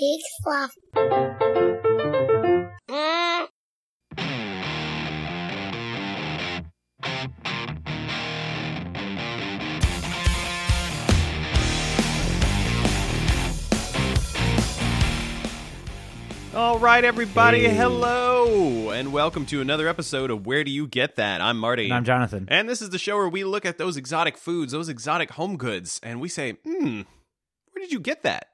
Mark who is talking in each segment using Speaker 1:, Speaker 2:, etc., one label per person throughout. Speaker 1: big fluff. Mm.
Speaker 2: All right, everybody.
Speaker 3: Hey.
Speaker 2: Hello, and welcome to another episode of Where Do You Get That? I'm Marty.
Speaker 3: And I'm Jonathan.
Speaker 2: And this is the show where we look at those exotic foods, those exotic home goods, and we say, hmm, where did you get that?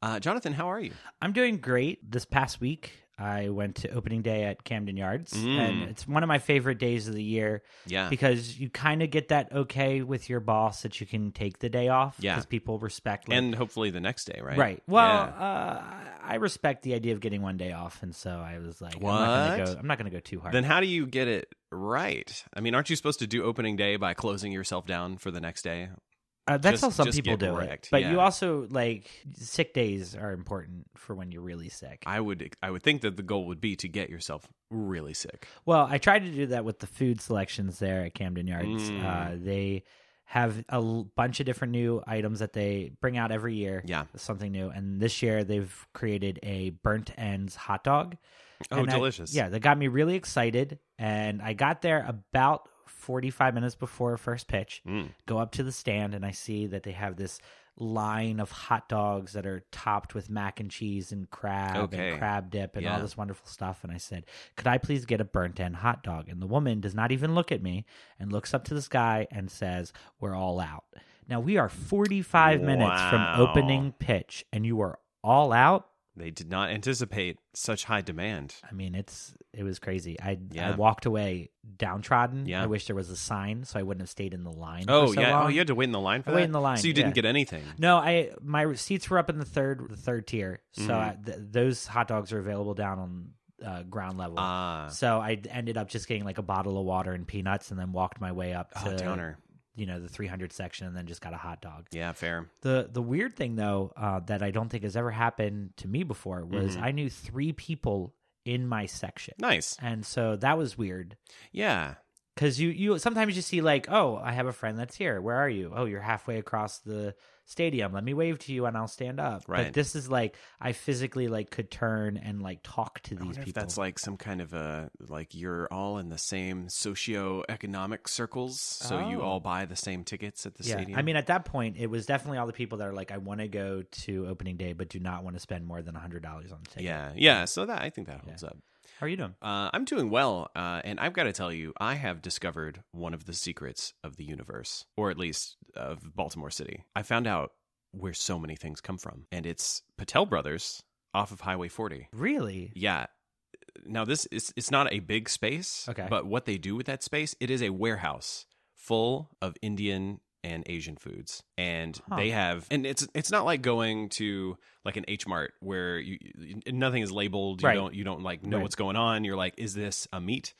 Speaker 2: Uh, Jonathan, how are you?
Speaker 3: I'm doing great. This past week, I went to opening day at Camden Yards,
Speaker 2: Mm.
Speaker 3: and it's one of my favorite days of the year
Speaker 2: Yeah.
Speaker 3: because you kind of get that okay with your boss that you can take the day off
Speaker 2: Yeah.
Speaker 3: because people respect. like-
Speaker 2: And hopefully the next day, right?
Speaker 3: Well,
Speaker 2: Yeah.
Speaker 3: uh, I respect the idea of getting one day off, and so I was like, I'm not
Speaker 2: What?
Speaker 3: going to go. I'm not going to go too hard.
Speaker 2: Then how do you get it right? I mean, aren't you supposed to do opening day by closing yourself down for the next day?
Speaker 3: Uh, that's
Speaker 2: Just-
Speaker 3: how some
Speaker 2: just
Speaker 3: people
Speaker 2: get
Speaker 3: do
Speaker 2: wrecked,
Speaker 3: it. But
Speaker 2: yeah.
Speaker 3: you also like sick days are important for when you're really sick.
Speaker 2: I would I would think that the goal would be to get yourself really sick.
Speaker 3: Well, I tried to do that with the food selections there at Camden Yards.
Speaker 2: Mm.
Speaker 3: Uh, they have a l- bunch of different new items that they bring out every year.
Speaker 2: Yeah.
Speaker 3: Something new. And this year they've created a burnt ends hot dog.
Speaker 2: Oh,
Speaker 3: And that-
Speaker 2: delicious.
Speaker 3: yeah, that got me really excited. And I got there about 45 minutes before first pitch,
Speaker 2: Mm.
Speaker 3: go up to the stand, and I see that they have this line of hot dogs that are topped with mac and cheese and crab
Speaker 2: Okay.
Speaker 3: and crab dip and all
Speaker 2: Yeah.
Speaker 3: this wonderful stuff. And I said, Could I please get a burnt end hot dog? And the woman does not even look at me and looks up to the sky and says, We're all out. Now we are 45 minutes
Speaker 2: Wow.
Speaker 3: from opening pitch, and you are all out.
Speaker 2: They did not anticipate such high demand.
Speaker 3: I mean, it's it was crazy. I
Speaker 2: Yeah.
Speaker 3: I walked away downtrodden.
Speaker 2: Yeah.
Speaker 3: I wish there was a sign so I wouldn't have stayed in the line.
Speaker 2: Oh
Speaker 3: for so
Speaker 2: yeah.
Speaker 3: long.
Speaker 2: Oh, you had to wait in the line for
Speaker 3: I
Speaker 2: that.
Speaker 3: waited in the line,
Speaker 2: So you didn't
Speaker 3: yeah.
Speaker 2: get anything.
Speaker 3: No, I my seats were up in the third the third tier, so
Speaker 2: Mhm.
Speaker 3: I, th- those hot dogs are available down on uh, ground level.
Speaker 2: Ah.
Speaker 3: so I ended up just getting like a bottle of water and peanuts, and then walked my way up
Speaker 2: Oh,
Speaker 3: to
Speaker 2: downer.
Speaker 3: you know the 300 section, and then just got a hot dog.
Speaker 2: Yeah, fair.
Speaker 3: The the weird thing though uh, that I don't think has ever happened to me before was
Speaker 2: Mhm.
Speaker 3: I knew three people in my section,
Speaker 2: Nice.
Speaker 3: and so that was weird.
Speaker 2: Yeah.
Speaker 3: Cause you you sometimes you see like oh I have a friend that's here where are you oh you're halfway across the stadium let me wave to you and I'll stand up
Speaker 2: Right.
Speaker 3: but this is like I physically like could turn and like talk to
Speaker 2: I
Speaker 3: these
Speaker 2: wonder
Speaker 3: people
Speaker 2: if that's like some kind of a like you're all in the same socio-economic circles, so you
Speaker 3: Oh.
Speaker 2: all buy the same tickets at the
Speaker 3: yeah
Speaker 2: stadium.
Speaker 3: I mean at that point it was definitely all the people that are like I want to go to opening day but do not want to spend more than hundred dollars on a ticket
Speaker 2: yeah, yeah. So that I think that holds up.
Speaker 3: how are you doing
Speaker 2: Uh, I'm doing well, uh, and I've got to tell you, I have discovered one of the secrets of the universe, or at least of Baltimore City. I found out where so many things come from, and it's Patel Brothers off of Highway 40.
Speaker 3: really
Speaker 2: Yeah. Now this is it's not a big space,
Speaker 3: Okay.
Speaker 2: but what they do with that space, it is a warehouse full of Indian and Asian foods. And
Speaker 3: Huh.
Speaker 2: they have and it's it's not like going to like an H Mart where you, you- nothing is labeled, you
Speaker 3: Right.
Speaker 2: don't you don't like know
Speaker 3: Right.
Speaker 2: what's going on. You're like is this a meat?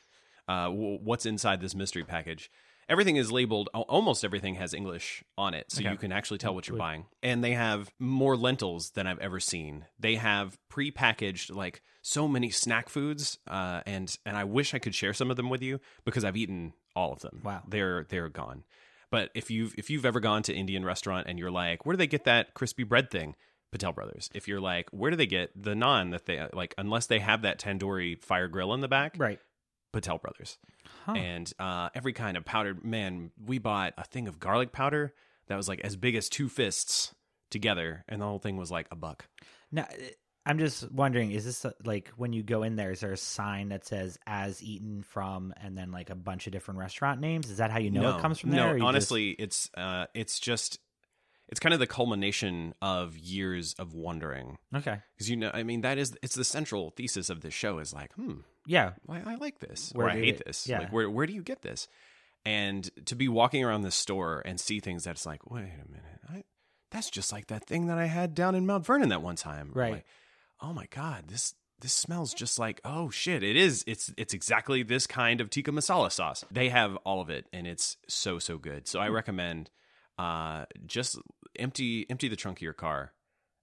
Speaker 2: Uh w- what's inside this mystery package? Everything is labeled. al- Almost everything has English on it, so
Speaker 3: Okay.
Speaker 2: you can actually tell what you're
Speaker 3: Would-
Speaker 2: buying. And they have more lentils than I've ever seen. They have prepackaged like so many snack foods, uh, and and I wish I could share some of them with you because I've eaten all of them.
Speaker 3: Wow.
Speaker 2: they're they're gone. But if you've if you've ever gone to Indian restaurant and you're like, where do they get that crispy bread thing? Patel Brothers. If you're like, where do they get the naan that they like? Unless they have that tandoori fire grill in the back,
Speaker 3: right
Speaker 2: Patel Brothers
Speaker 3: huh.
Speaker 2: and uh, every kind of powdered man we bought a thing of garlic powder that was like as big as two fists together and the whole thing was like a buck
Speaker 3: Now, eh, I'm just wondering, is this uh, like when you go in there, is there a sign that says as eaten from and then like a bunch of different restaurant names? Is that how you know it comes from there? or you
Speaker 2: no
Speaker 3: just-
Speaker 2: honestly it's uh it's just it's kind of the culmination of years of wondering
Speaker 3: okay.
Speaker 2: because you know i mean that is it's the central thesis of this show is like hmm
Speaker 3: Yeah.
Speaker 2: why I like this
Speaker 3: Where
Speaker 2: or I
Speaker 3: did
Speaker 2: hate
Speaker 3: it-
Speaker 2: this.
Speaker 3: yeah.
Speaker 2: Like where where do you get this? And to be walking around the store and see things that's like, wait a minute, I, that's just like that thing that I had down in Mount Vernon that one time.
Speaker 3: Right.
Speaker 2: Like, oh my god, this this smells just like oh shit, it is. It's it's exactly this kind of tikka masala sauce. They have all of it, and it's so so good. So
Speaker 3: Hmm.
Speaker 2: I recommend uh just empty empty the trunk of your car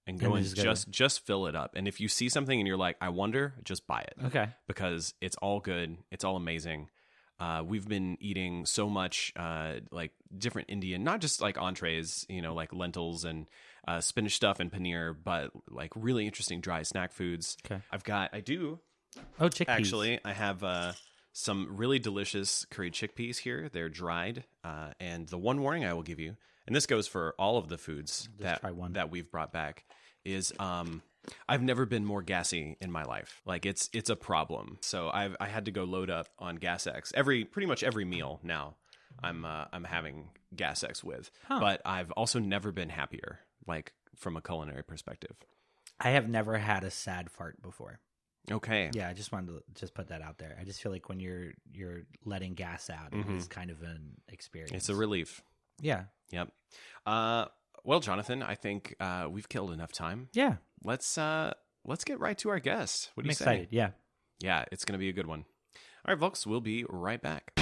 Speaker 2: and go
Speaker 3: And
Speaker 2: and
Speaker 3: just
Speaker 2: just
Speaker 3: go-
Speaker 2: just, fill it up. And if you see something and you're like, I wonder, just buy it
Speaker 3: Okay.
Speaker 2: because it's all good. It's all amazing. Uh, we've been eating so much uh, like different Indian, not just like entrees, you know, like lentils and uh, spinach stuff and paneer, but like really interesting dry snack foods.
Speaker 3: Okay.
Speaker 2: I've got, I do
Speaker 3: Oh, chickpeas.
Speaker 2: actually, I have uh, some really delicious curried chickpeas here. They're dried. Uh, and the one warning I will give you, and this goes for all of the foods that,
Speaker 3: try one.
Speaker 2: that we've brought back, is um, I've never been more gassy in my life. Like it's it's a problem. So I've I had to go load up on GasX every pretty much every meal now. I'm uh, I'm having GasX with, but I've also never been happier. Like from a culinary perspective.
Speaker 3: I have never had a sad fart before.
Speaker 2: Okay.
Speaker 3: Yeah, I just wanted to just put that out there. I just feel like when you're you're letting gas out,
Speaker 2: Mhm.
Speaker 3: it's kind of an experience.
Speaker 2: It's a relief.
Speaker 3: yeah,
Speaker 2: Yep. Uh, well, Jonathan, I think uh, we've killed enough time.
Speaker 3: yeah.
Speaker 2: Let's uh, let's get right to our guest. What do
Speaker 3: I'm
Speaker 2: you
Speaker 3: excited.
Speaker 2: say?
Speaker 3: Yeah.
Speaker 2: Yeah, it's going to be a good one. All right, folks, we'll be right back.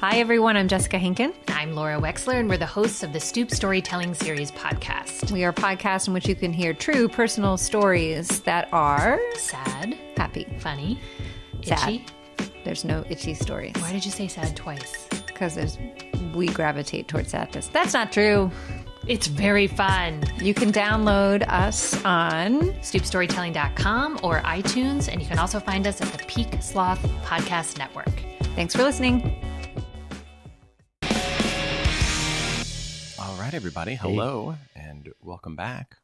Speaker 1: Hi, everyone. I'm Jessica Hinken. I'm Laura Wexler, and we're the hosts of the Stoop Storytelling Series podcast.
Speaker 4: We are a podcast in which you can hear true personal stories that are
Speaker 1: Sad,
Speaker 4: happy.
Speaker 1: funny,
Speaker 4: Sad.
Speaker 1: itchy.
Speaker 4: There's no itchy stories
Speaker 1: Why did you say sad twice?
Speaker 4: because there's we gravitate towards sadness. That's not true.
Speaker 1: It's very fun.
Speaker 4: You can download us on
Speaker 1: StoopStorytelling.com or iTunes, and you can also find us at the Peak Sloth Podcast Network.
Speaker 4: Thanks for listening.
Speaker 2: All right, everybody. Hello and welcome back.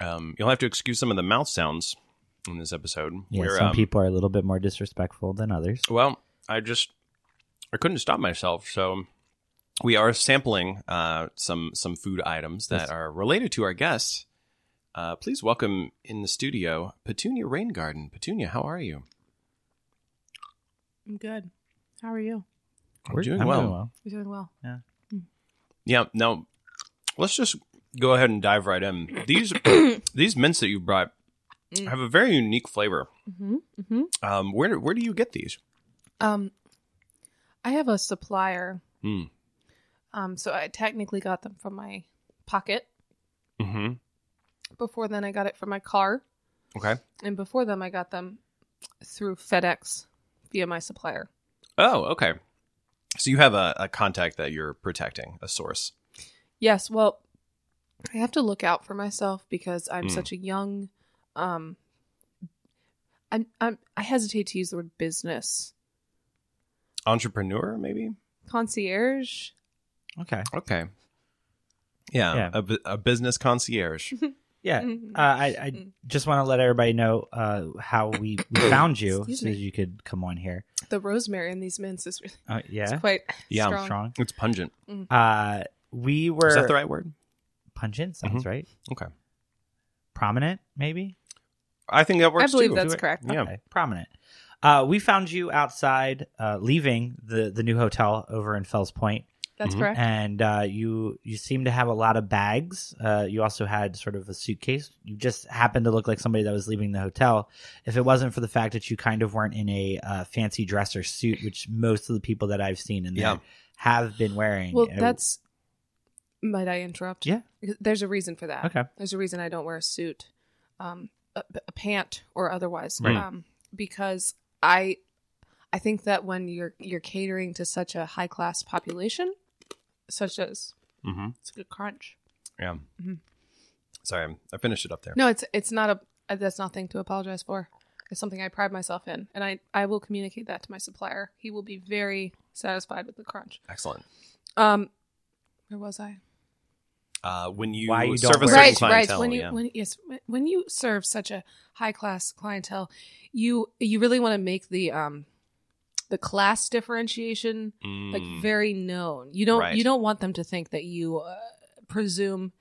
Speaker 2: Um, you'll have to excuse some of the mouth sounds in this episode.
Speaker 3: Yeah.
Speaker 2: We're,
Speaker 3: some
Speaker 2: um,
Speaker 3: people are a little bit more disrespectful than others.
Speaker 2: Well, I just I couldn't stop myself, so we are sampling uh, some some food items that are related to our guest. Uh, please welcome in the studio Petunia Rain Garden. Petunia, how are you?
Speaker 5: I'm good. How are you?
Speaker 2: We're doing well.
Speaker 5: You're doing well.
Speaker 2: Yeah. Now, let's just go ahead and dive right in. These these mints that you brought have a very unique flavor. Um, where where do you get these?
Speaker 5: Um, I have a supplier.
Speaker 2: Mm.
Speaker 5: Um, so I technically got them from my pocket.
Speaker 2: Mm-hmm.
Speaker 5: Before then, I got it from my car,
Speaker 2: Okay.
Speaker 5: and before them, I got them through FedEx via my supplier.
Speaker 2: Oh, okay. So you have a, a contact that you're protecting, a source.
Speaker 5: Yes. Well, I have to look out for myself because I'm
Speaker 2: Mm.
Speaker 5: such a young. Um, I'm, I'm. I hesitate to use the word business
Speaker 2: entrepreneur maybe
Speaker 5: concierge.
Speaker 3: Okay.
Speaker 2: okay yeah,
Speaker 3: Yeah.
Speaker 2: A, bu- a business concierge
Speaker 3: Yeah.
Speaker 5: Mhm.
Speaker 3: Uh, I, I
Speaker 5: Mm.
Speaker 3: just want to let everybody know uh, how we, we found you
Speaker 5: Excuse
Speaker 3: so
Speaker 5: me.
Speaker 3: you could come on here.
Speaker 5: The rosemary in these mints is really
Speaker 3: Uh, yeah.
Speaker 5: it's quite
Speaker 2: Yeah,
Speaker 5: strong.
Speaker 3: Strong.
Speaker 2: it's pungent
Speaker 3: Uh, we were
Speaker 2: is that the right word
Speaker 3: pungent. Sounds right.
Speaker 2: okay
Speaker 3: Prominent, maybe.
Speaker 2: i think that works
Speaker 5: I believe
Speaker 2: too.
Speaker 5: that's correct.
Speaker 2: yeah
Speaker 3: Okay, prominent. Uh, we found you outside, uh, leaving the the new hotel over in Fells Point,
Speaker 5: That's
Speaker 2: Mhm.
Speaker 5: correct.
Speaker 3: and uh, you you seem to have a lot of bags. Uh, you also had sort of a suitcase. You just happened to look like somebody that was leaving the hotel. If it wasn't for the fact that you kind of weren't in a uh, fancy dress or suit, which most of the people that I've seen in there
Speaker 2: Yeah.
Speaker 3: have been wearing. uh,
Speaker 5: Well,
Speaker 3: it-
Speaker 5: that's. Might I interrupt?
Speaker 3: Yeah.
Speaker 5: There's a reason for that.
Speaker 3: okay.
Speaker 5: There's a reason I don't wear a suit, um, a, a pant, or otherwise,
Speaker 2: Right.
Speaker 5: um, because I, I think that when you're you're catering to such a high class population, such as
Speaker 2: hmm
Speaker 5: it's a good crunch.
Speaker 2: yeah
Speaker 5: Mhm.
Speaker 2: sorry i finished it up there
Speaker 5: No, it's it's not a uh, that's nothing to apologize for. It's something I pride myself in, and I I will communicate that to my supplier. He will be very satisfied with the crunch.
Speaker 2: excellent
Speaker 5: Um, where was I?
Speaker 2: uh, when you,
Speaker 3: Why you don't
Speaker 2: serve a
Speaker 3: wear-
Speaker 2: certain
Speaker 5: right,
Speaker 2: clientele
Speaker 5: right. When you
Speaker 2: yeah.
Speaker 5: when yes, when- when you serve such a high class clientele, you you really want to make the um the class differentiation like
Speaker 2: Mm,
Speaker 5: very known. You don't
Speaker 2: Right.
Speaker 5: you don't want them to think that you uh, presume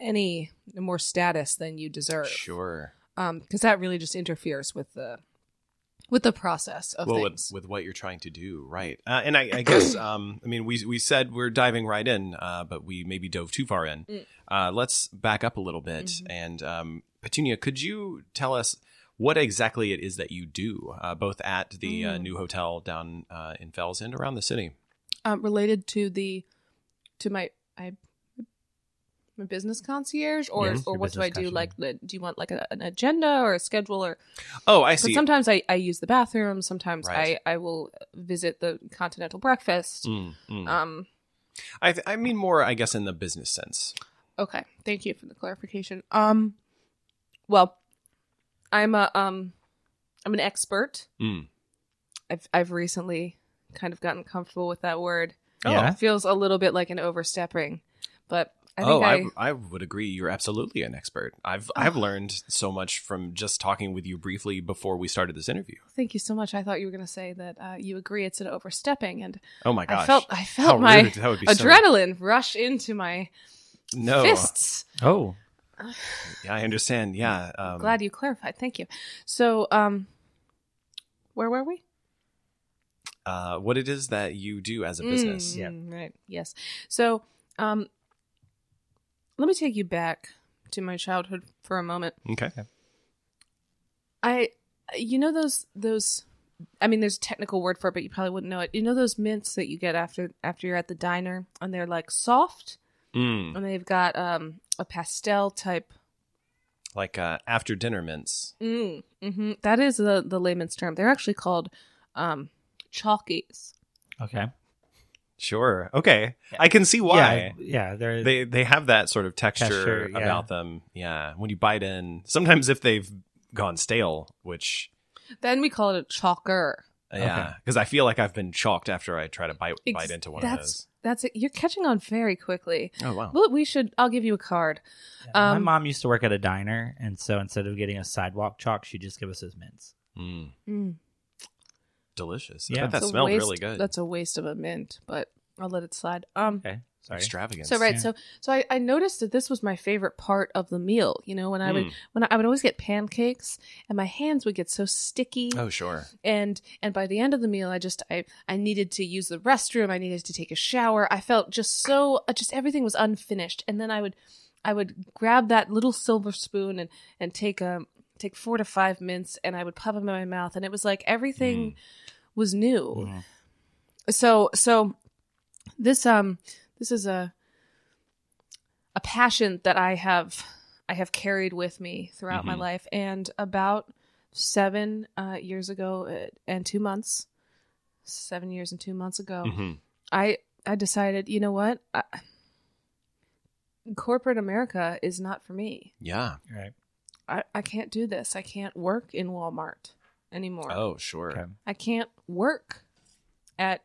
Speaker 5: any more status than you deserve.
Speaker 2: sure
Speaker 5: Um, because that really just interferes with the with the process of
Speaker 2: well with,
Speaker 5: things.
Speaker 2: with what you're trying to do right uh, and I, I guess um, i mean we, we said we're diving right in uh, but we maybe dove too far in
Speaker 5: Mm.
Speaker 2: uh, let's back up a little bit
Speaker 5: Mhm.
Speaker 2: and um, petunia could you tell us what exactly it is that you do uh, both at the uh,
Speaker 5: Mm.
Speaker 2: new hotel down uh, in fells and around the city
Speaker 5: um, related to the to my I my business concierge, or
Speaker 3: Yes,
Speaker 5: or
Speaker 3: your
Speaker 5: what do I
Speaker 3: business
Speaker 5: do? Like, li- do you want like a, an agenda or a schedule? Or
Speaker 2: Oh, I
Speaker 5: but
Speaker 2: see.
Speaker 5: sometimes I I use the bathroom. Sometimes
Speaker 2: Right.
Speaker 5: I I will visit the continental breakfast.
Speaker 2: Mm, mm.
Speaker 5: Um.
Speaker 2: I, th- I mean more, I guess, in the business sense.
Speaker 5: Okay. Thank you for the clarification. Um. Well, I'm a um, I'm an expert.
Speaker 2: Mm.
Speaker 5: I've I've recently kind of gotten comfortable with that word.
Speaker 3: Yeah.
Speaker 5: feels a little bit like an overstepping, but I think
Speaker 2: oh,
Speaker 5: I, Ah.
Speaker 2: I, I would agree. You're absolutely an expert. I've I've learned so much from just talking with you briefly before we started this interview.
Speaker 5: thank you so much. I thought you were going to say that uh, you agree it's an overstepping, and
Speaker 2: Oh my gosh!
Speaker 5: I felt I
Speaker 2: How
Speaker 5: felt my
Speaker 2: rude. That would be so-
Speaker 5: adrenaline rush into my
Speaker 2: no,
Speaker 5: fists.
Speaker 3: Oh,
Speaker 2: yeah, I understand. Yeah, um,
Speaker 5: Glad you clarified. Thank you. So, um, where were we?
Speaker 2: uh, what it is that you do as a business.
Speaker 3: Yeah.
Speaker 5: Mm, Right. Yes. So, um, let me take you back to my childhood for a moment.
Speaker 2: Okay.
Speaker 5: I, you know those those, I mean, there's a technical word for it, but you probably wouldn't know it. You know those mints that you get after after you're at the diner, and they're like soft,
Speaker 2: Mm.
Speaker 5: and they've got um a pastel type.
Speaker 2: Like uh, after dinner mints.
Speaker 5: Mm, hmm That is the the layman's term. They're actually called um chalkies.
Speaker 2: Oh.
Speaker 3: okay.
Speaker 2: Sure. Okay. I can see why.
Speaker 3: Yeah, yeah. They're
Speaker 2: They they have that sort of texture,
Speaker 3: Texture, yeah.
Speaker 2: about them. Yeah. When you bite in, sometimes if they've gone stale, which uh,
Speaker 5: Then we call it a chalker.
Speaker 2: yeah, because I feel like I've been chalked after I try to bite bite
Speaker 5: Ex-
Speaker 2: into one of
Speaker 5: that's,
Speaker 2: those.
Speaker 5: That's it. You're catching on very quickly.
Speaker 2: Oh wow.
Speaker 5: Well, we should. I'll give you a card.
Speaker 3: my
Speaker 5: um,
Speaker 3: mom used to work at a diner, and so instead of getting a sidewalk chalk, she'd just give us those mints.
Speaker 2: Mm,
Speaker 5: Mm.
Speaker 2: delicious. I
Speaker 3: Yeah.
Speaker 2: bet that
Speaker 5: It's a
Speaker 2: smelled
Speaker 5: waste-
Speaker 2: really good.
Speaker 5: That's a waste of a mint, but I'll let it slide. Um.
Speaker 3: Okay, sorry.
Speaker 2: extravagant.
Speaker 5: So right,
Speaker 3: Yeah.
Speaker 5: so so I, I noticed that this was my favorite part of the meal. You know, when I would
Speaker 2: Mm.
Speaker 5: when I, I would always get pancakes, and my hands would get so sticky,
Speaker 2: Oh sure.
Speaker 5: and and by the end of the meal, I just I I needed to use the restroom, I needed to take a shower. I felt just so uh, just everything was unfinished, and then I would I would grab that little silver spoon and and take um take four to five mints, and I would pop them in my mouth, and it was like everything was new
Speaker 3: Mhm.
Speaker 5: so so this um this is a a passion that i have i have carried with me throughout my
Speaker 2: Mhm.
Speaker 5: life and about seven uh, years ago uh, and two months seven years and two months ago
Speaker 2: Mhm.
Speaker 5: i i decided you know what I, corporate america is not for me
Speaker 2: Yeah.
Speaker 3: Right.
Speaker 5: I, I can't do this i can't work in walmart anymore
Speaker 2: Oh sure.
Speaker 3: Okay.
Speaker 5: i can't work at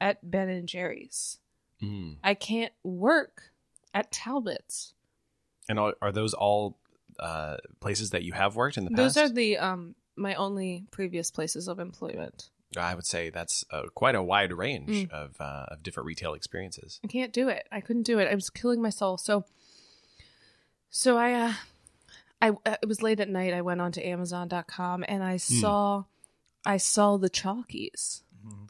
Speaker 5: at ben and jerry's
Speaker 2: Mm.
Speaker 5: I can't work at Talbot's.
Speaker 2: And are, are those all uh, places that you have worked in the past?
Speaker 5: Those are the um my only previous places of employment.
Speaker 2: I would say that's uh, quite a wide range
Speaker 5: Mm.
Speaker 2: of uh, of different retail experiences.
Speaker 5: I can't do it. I couldn't do it. I was killing my soul. So so I uh I uh, it was late at night. I went onto amazon.com and I
Speaker 2: Hmm.
Speaker 5: saw I saw the chalkies.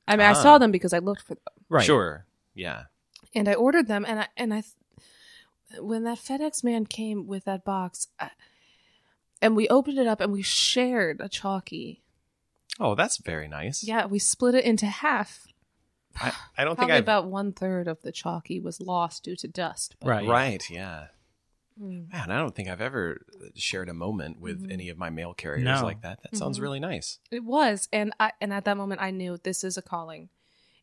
Speaker 5: I mean, I
Speaker 2: Ah.
Speaker 5: saw them because I looked for them.
Speaker 3: Right.
Speaker 2: Sure. Yeah.
Speaker 5: And I ordered them and I and I th- when that FedEx man came with that box I, and we opened it up and we shared a chalkie.
Speaker 2: Oh, that's very nice.
Speaker 5: Yeah, we split it into half.
Speaker 2: I, I don't think
Speaker 5: Probably
Speaker 2: I've.
Speaker 5: about one third of the chalky was lost due to dust. but-
Speaker 3: Right.
Speaker 2: right. Yeah.
Speaker 5: Mm.
Speaker 2: Man, I don't think I've ever shared a moment with
Speaker 5: Mhm.
Speaker 2: any of my mail carriers
Speaker 3: No.
Speaker 2: like that. That sounds
Speaker 5: Mhm.
Speaker 2: really nice.
Speaker 5: It was, and I and at that moment I knew this is a calling,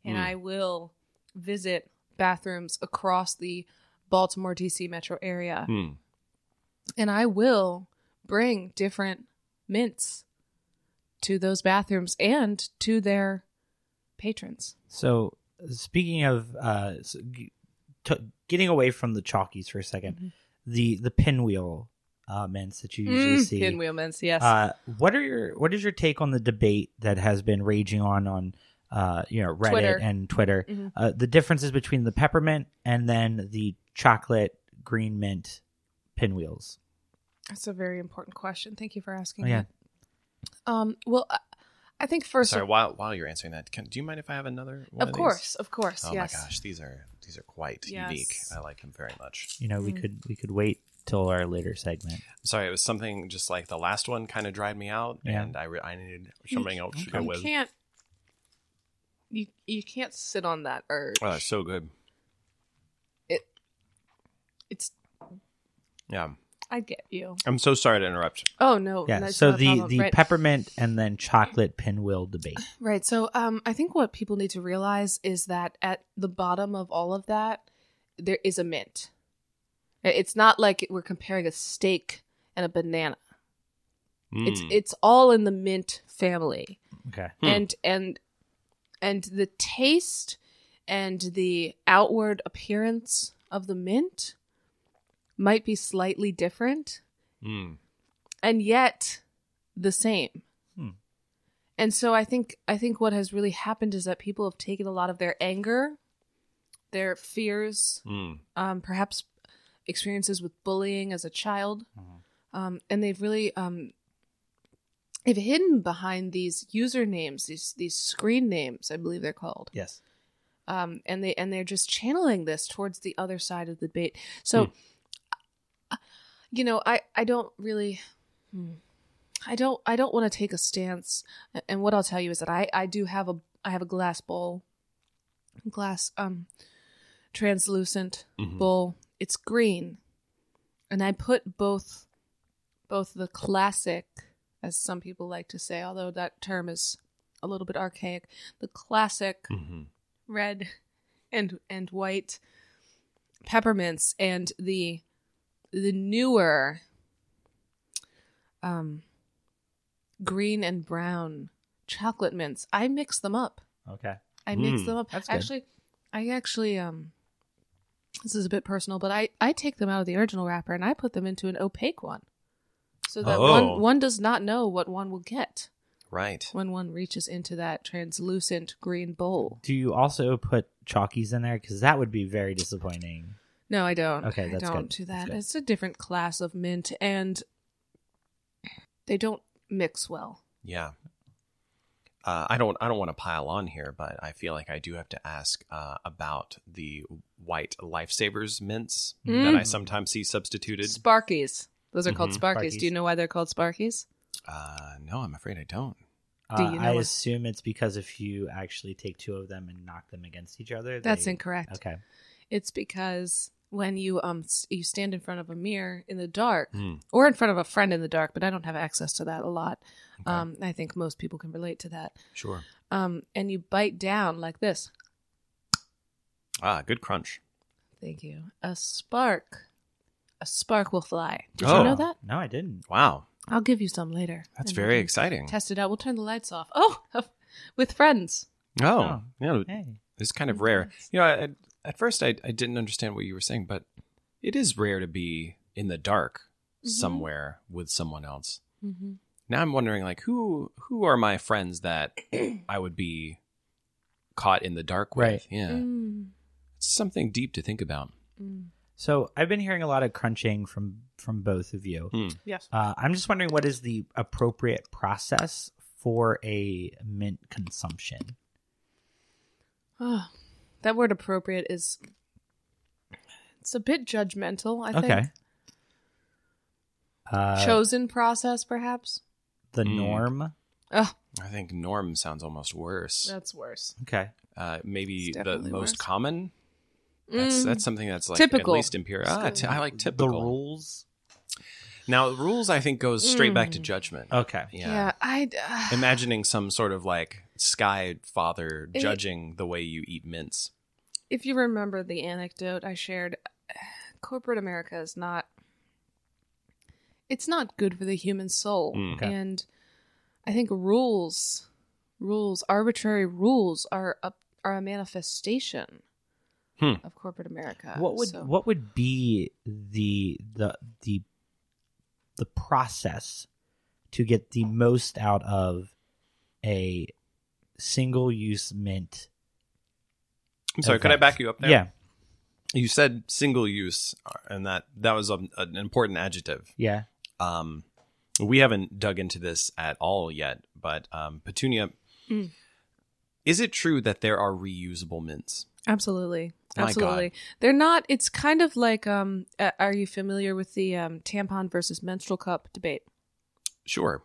Speaker 5: and
Speaker 2: Mm.
Speaker 5: I will visit bathrooms across the Baltimore D.C. metro area,
Speaker 2: Hmm.
Speaker 5: and I will bring different mints to those bathrooms and to their patrons.
Speaker 3: So speaking of uh, s- g- t- getting away from the chalkies for a 2nd
Speaker 5: Mhm.
Speaker 3: the the pinwheel uh, mints that you usually
Speaker 5: Mm,
Speaker 3: see.
Speaker 5: pinwheel mints, yes.
Speaker 3: Uh, what are your what is your take on the debate that has been raging on on uh, you know Reddit
Speaker 5: Twitter.
Speaker 3: and Twitter?
Speaker 5: Mhm.
Speaker 3: Uh, the differences between the peppermint and then the chocolate green mint pinwheels.
Speaker 5: That's a very important question. Thank you for asking.
Speaker 3: Oh, yeah.
Speaker 5: that. Um. Well, I, I think first.
Speaker 2: Sorry,
Speaker 5: of
Speaker 2: while while you're answering that, can, do you mind if I have another? One
Speaker 5: Of
Speaker 2: these?
Speaker 5: course, of course,
Speaker 2: Oh
Speaker 5: yes.
Speaker 2: my gosh, these are these are quite unique.
Speaker 5: Yes.
Speaker 2: I like them very much.
Speaker 3: You know, we
Speaker 5: Mm.
Speaker 3: could we could wait till our later segment.
Speaker 2: Sorry, it was something just like the last one kind of dried me out,
Speaker 3: Yeah.
Speaker 2: and I re- I needed something else to go
Speaker 5: You
Speaker 2: with.
Speaker 5: can't you you can't sit on that urge.
Speaker 2: Oh, it's so good.
Speaker 5: It's
Speaker 2: Yeah.
Speaker 5: I get you.
Speaker 2: I'm so sorry to interrupt.
Speaker 5: Oh no.
Speaker 3: Yeah.
Speaker 5: that's
Speaker 3: So
Speaker 5: not a
Speaker 3: the
Speaker 5: problem,
Speaker 3: the
Speaker 5: right.
Speaker 3: peppermint and then chocolate pinwheel debate.
Speaker 5: Right. So um, I think what people need to realize is that at the bottom of all of that, there is a mint. I- It's not like we're comparing a steak and a banana. It's
Speaker 2: Mm.
Speaker 5: it's all in the mint family,
Speaker 3: Okay.
Speaker 2: Hmm.
Speaker 5: and and and the taste and the outward appearance of the mint might be slightly different,
Speaker 2: Mm.
Speaker 5: and yet the same.
Speaker 3: Hmm.
Speaker 5: And so I think I think what has really happened is that people have taken a lot of their anger, their fears,
Speaker 2: Mm.
Speaker 5: um, perhaps experiences with bullying as a child,
Speaker 3: Mhm.
Speaker 5: um, and they've really um, they've hidden behind these usernames, these these screen names, I believe they're called
Speaker 3: Yes.
Speaker 5: um, and they and they're just channeling this towards the other side of the debate. So, uh, you know, I I don't really, hmm. I don't I don't want to take a stance. A- And what I'll tell you is that I I do have a I have a glass bowl, glass um, translucent
Speaker 2: Mhm.
Speaker 5: bowl. It's green, and I put both both the classic, as some people like to say, although that term is a little bit archaic, the classic
Speaker 2: Mhm.
Speaker 5: red and and white peppermints and the the newer um green and brown chocolate mints i mix them up
Speaker 3: Okay.
Speaker 5: i mix
Speaker 2: Mm,
Speaker 5: them up
Speaker 3: that's good.
Speaker 5: actually i actually um this is a bit personal but i i take them out of the original wrapper and i put them into an opaque one so that
Speaker 2: Oh.
Speaker 5: one one does not know what one will get
Speaker 2: Right.
Speaker 5: when one reaches into that translucent green bowl
Speaker 3: Do you also put chalkies in there? Because that would be very disappointing.
Speaker 5: No, I don't.
Speaker 3: Okay,
Speaker 5: I
Speaker 3: that's
Speaker 5: don't
Speaker 3: good.
Speaker 5: do
Speaker 3: That's
Speaker 5: that.
Speaker 3: good.
Speaker 5: It's a different class of mint, and they don't mix well.
Speaker 2: Yeah. Uh, I don't. I don't want to pile on here, but I feel like I do have to ask uh, about the white lifesavers mints that I
Speaker 3: Mm.
Speaker 2: sometimes see substituted.
Speaker 5: Sparkies. Those are called
Speaker 2: Mhm.
Speaker 5: Sparkies. Do
Speaker 3: Mm-hmm. Sparkies.
Speaker 5: you know why they're called Sparkies?
Speaker 2: Uh, no, I'm afraid I don't.
Speaker 5: Do
Speaker 3: Uh,
Speaker 5: you know
Speaker 3: I
Speaker 5: what-
Speaker 3: assume it's because if you actually take two of them and knock them against each other,
Speaker 5: That's
Speaker 3: they-
Speaker 5: incorrect.
Speaker 3: Okay.
Speaker 5: It's because when you um s- you stand in front of a mirror in the dark
Speaker 2: Hmm.
Speaker 5: or in front of a friend in the dark, but I don't have access to that a lot. Um, I think most people can relate to that.
Speaker 2: Sure.
Speaker 5: Um, and you bite down like this.
Speaker 2: Ah, good crunch.
Speaker 5: Thank you. A spark, a spark will fly. Did
Speaker 2: Oh.
Speaker 5: you know that?
Speaker 3: No, I didn't.
Speaker 2: Wow,
Speaker 5: I'll give you some later.
Speaker 2: that's
Speaker 5: And
Speaker 2: very
Speaker 5: we can
Speaker 2: exciting.
Speaker 5: Test it out. We'll turn the lights off. Oh, with friends.
Speaker 2: oh,
Speaker 3: Oh.
Speaker 2: yeah,
Speaker 3: Hey.
Speaker 2: it's kind
Speaker 5: Mm-hmm.
Speaker 2: of rare. You know, I, at first I, I didn't understand what you were saying, but it is rare to be in the dark
Speaker 5: Mhm.
Speaker 2: somewhere with someone else.
Speaker 5: Mm-hmm.
Speaker 2: now I'm wondering like who who are my friends that I would be caught in the dark with?
Speaker 3: Right.
Speaker 2: Yeah.
Speaker 5: Mm.
Speaker 2: It's something deep to think about.
Speaker 5: Mm.
Speaker 3: So I've been hearing a lot of crunching from from both of you.
Speaker 2: Hmm.
Speaker 5: Yes.
Speaker 3: Uh, I'm just wondering what is the appropriate process for a mint consumption?
Speaker 5: Oh, that word appropriate is. It's a bit judgmental, I
Speaker 3: okay.
Speaker 5: think.
Speaker 3: Uh,
Speaker 5: Chosen process, perhaps.
Speaker 3: the
Speaker 2: Mm.
Speaker 3: norm.
Speaker 5: Oh,
Speaker 2: I think norm sounds almost worse.
Speaker 5: that's worse.
Speaker 3: Okay.
Speaker 2: Uh, maybe
Speaker 5: It's
Speaker 2: the
Speaker 5: definitely
Speaker 2: most
Speaker 5: worse.
Speaker 2: common. That's
Speaker 5: Mm.
Speaker 2: that's something that's like
Speaker 5: Typical.
Speaker 2: at least imperial. Ah,
Speaker 5: School.
Speaker 2: t- I like
Speaker 3: The
Speaker 2: typical.
Speaker 3: rules.
Speaker 2: Now rules I think goes straight back to
Speaker 5: Mm.
Speaker 2: judgment.
Speaker 3: Okay.
Speaker 5: yeah.
Speaker 2: Yeah.
Speaker 5: I. Uh,
Speaker 2: Imagining some sort of like sky father
Speaker 5: It-
Speaker 2: judging the way you eat mints.
Speaker 5: if you remember the anecdote I shared, corporate America is not it's not good for the human soul.
Speaker 2: Mm.
Speaker 3: Okay.
Speaker 5: And I think rules rules arbitrary rules are a, are a manifestation
Speaker 2: Hmm.
Speaker 5: of corporate America.
Speaker 3: what would
Speaker 5: So-
Speaker 3: what would be the the the the process to get the most out of a single use mint?
Speaker 2: I'm sorry, could I
Speaker 3: event?
Speaker 2: back you up there?
Speaker 3: Yeah.
Speaker 2: You said single use uh, and that that was a, an important adjective.
Speaker 3: Yeah.
Speaker 2: Um, we haven't dug into this at all yet, but um, Petunia,
Speaker 5: Mm.
Speaker 2: is it true that there are reusable mints?
Speaker 5: Absolutely.
Speaker 2: My God.
Speaker 5: Absolutely. They're not it's kind of like um uh, are you familiar with the um tampon versus menstrual cup debate?
Speaker 2: Sure.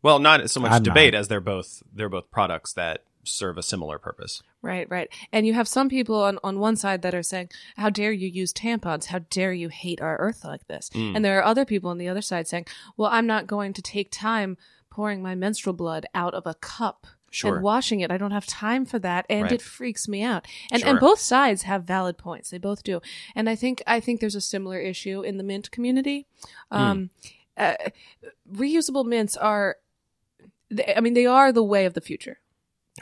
Speaker 2: Well, not so much
Speaker 3: I'm
Speaker 2: debate
Speaker 3: not.
Speaker 2: as they're both they're both products that serve a similar purpose.
Speaker 5: Right, right. And you have some people on, on one side that are saying, How dare you use tampons? How dare you hate our earth like this?
Speaker 2: Mm.
Speaker 5: And there are other people on the other side saying, Well, I'm not going to take time pouring my menstrual blood out of a cup
Speaker 2: Sure.
Speaker 5: and washing it. I don't have time for that. And
Speaker 2: Right.
Speaker 5: it freaks me out. And
Speaker 2: Sure.
Speaker 5: and both sides have valid points. They both do. And I think I think there's a similar issue in the mint community.
Speaker 2: Hmm.
Speaker 5: Um uh, reusable mints are they, I mean they are the way of the future.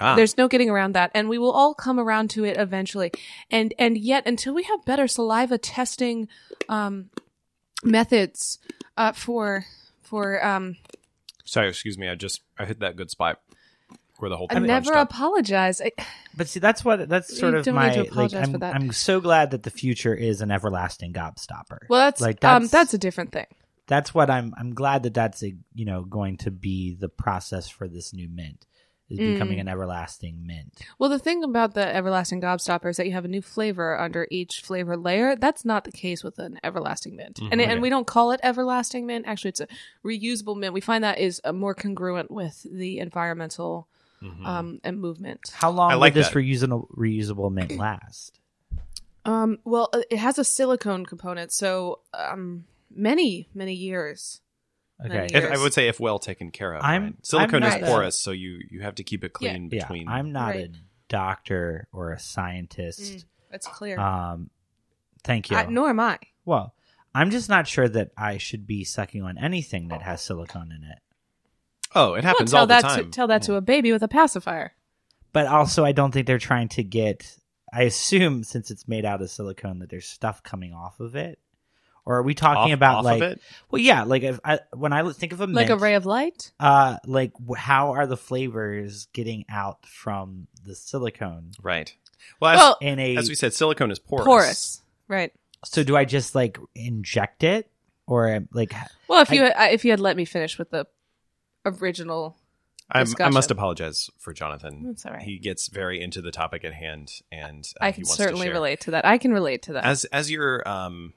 Speaker 2: Ah,
Speaker 5: There's no getting around that, and we will all come around to it eventually. And and yet, until we have better saliva testing um, methods uh, for for um,
Speaker 2: sorry, excuse me. I just I hit that good spot where the whole
Speaker 5: I
Speaker 2: thing
Speaker 5: never
Speaker 2: bunched up.
Speaker 5: apologize. I,
Speaker 3: But see, that's what that's
Speaker 5: You
Speaker 3: sort of
Speaker 5: don't
Speaker 3: my
Speaker 5: need to
Speaker 3: like.
Speaker 5: apologize
Speaker 3: I'm,
Speaker 5: for that.
Speaker 3: I'm so glad that the future is an everlasting gobstopper.
Speaker 5: well, that's
Speaker 3: like
Speaker 5: um, that's a different thing.
Speaker 3: that's what I'm. I'm glad that that's a you know going to be the process for this new mint is becoming
Speaker 5: Mm.
Speaker 3: an everlasting mint.
Speaker 5: Well, the thing about the everlasting gobstopper is that you have a new flavor under each flavor layer. That's not the case with an everlasting mint, and
Speaker 2: Mhm.
Speaker 5: and we don't call it everlasting mint. Actually, it's a reusable mint. We find that is uh more congruent with the environmental
Speaker 2: Mhm.
Speaker 5: um, and movement.
Speaker 3: How long
Speaker 2: I like
Speaker 3: would this
Speaker 2: that.
Speaker 3: reusable reusable mint last?
Speaker 5: Um, well, uh, it has a silicone component, so um, many, many years.
Speaker 3: Okay,
Speaker 5: Many
Speaker 2: If- I
Speaker 5: years.
Speaker 2: would say if well taken care of.
Speaker 3: I'm-
Speaker 2: right? silicone
Speaker 3: I'm
Speaker 2: is
Speaker 3: not-
Speaker 2: porous, so you you have to keep it clean
Speaker 3: yeah,
Speaker 2: between.
Speaker 3: I'm not a
Speaker 5: Right.
Speaker 3: doctor or a scientist.
Speaker 5: Mm, that's clear.
Speaker 2: Ah,
Speaker 3: Um, thank you.
Speaker 5: I- nor am I.
Speaker 3: well, I'm just not sure that I should be sucking on anything that has silicone in it.
Speaker 2: oh, it happens
Speaker 5: tell
Speaker 2: all the
Speaker 5: that
Speaker 2: time.
Speaker 5: To, tell that to a baby with a pacifier.
Speaker 3: but also I don't think they're trying to get. I assume since it's made out of silicone that there's stuff coming off of it. Or are we talking
Speaker 2: Off-
Speaker 3: about
Speaker 2: off of
Speaker 3: like?
Speaker 2: it?
Speaker 3: Well, yeah, like if I, when I think of a
Speaker 5: Like a
Speaker 3: mint,
Speaker 5: ray of light?
Speaker 3: uh, like wh- how are the flavors getting out from the silicone
Speaker 2: right. Well, as,
Speaker 5: Well,
Speaker 3: in a?
Speaker 2: as we said, silicone is porous.
Speaker 5: porous. Right.
Speaker 3: so do I just like inject it or um, like? h-
Speaker 5: Well, if
Speaker 3: I-
Speaker 5: you I, if you had let me finish with the original.
Speaker 2: I'm, I
Speaker 5: Discussion.
Speaker 2: must apologize for Jonathan.
Speaker 5: That's all right.
Speaker 2: He gets very into the topic at hand, and uh,
Speaker 5: I
Speaker 2: he
Speaker 5: can
Speaker 2: wants to
Speaker 5: certainly
Speaker 2: share.
Speaker 5: relate to that. I can relate to that.
Speaker 2: As as you're, um,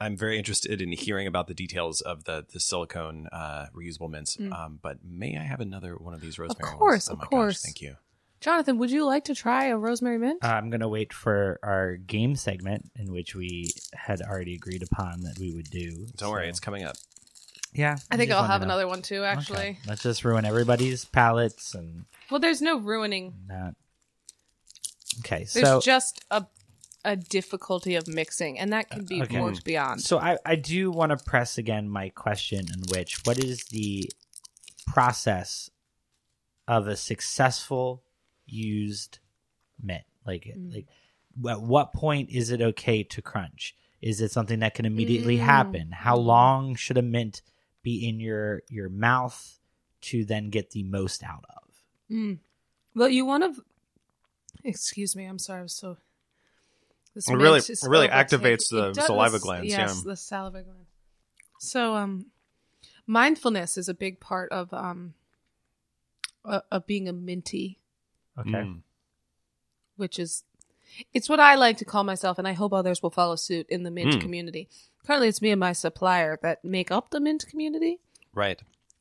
Speaker 2: I'm very interested in hearing about the details of the the silicone uh, reusable mints.
Speaker 5: Mm.
Speaker 2: Um, but may I have another one of these rosemary? ones?
Speaker 5: course,
Speaker 2: Oh
Speaker 5: of
Speaker 2: my gosh,
Speaker 5: course.
Speaker 2: thank you.
Speaker 5: Jonathan, would you like to try a rosemary mint?
Speaker 2: Uh,
Speaker 3: I'm gonna wait for our game segment in which we had already agreed upon that we would do.
Speaker 2: Don't worry,
Speaker 3: so-
Speaker 2: it's coming up.
Speaker 3: yeah.
Speaker 5: I think
Speaker 3: just
Speaker 5: I'll
Speaker 3: wanted
Speaker 5: have
Speaker 3: to know.
Speaker 5: another one too. Actually,
Speaker 3: Okay. Let's just ruin everybody's palettes and
Speaker 5: well, there's no ruining.
Speaker 3: that. Okay,
Speaker 5: There's
Speaker 3: so
Speaker 5: just a a difficulty of mixing, and that can be
Speaker 3: Okay.
Speaker 5: worked beyond.
Speaker 3: so I, I do want to press again my question in which what is the process of a successful used mint? Like
Speaker 5: Mm.
Speaker 3: like at what point is it okay to crunch? Is it something that can immediately
Speaker 5: Mm.
Speaker 3: happen? How long should a mint be in your your mouth to then get the most out of?
Speaker 5: Mm. Well, you want to. Excuse me. I'm sorry. I was so. This
Speaker 2: It really-
Speaker 5: mint is
Speaker 2: it really
Speaker 5: overtaking-
Speaker 2: activates the
Speaker 5: it does-
Speaker 2: saliva glands,
Speaker 5: Yes,
Speaker 2: yeah.
Speaker 5: the saliva glands. So, um, mindfulness is a big part of um, uh, of being a minty,
Speaker 3: Okay.
Speaker 2: Mm.
Speaker 5: which is, it's what I like to call myself, and I hope others will follow suit in the mint
Speaker 2: Mm.
Speaker 5: community. Currently, it's me and my supplier that make up the mint community.
Speaker 2: Right.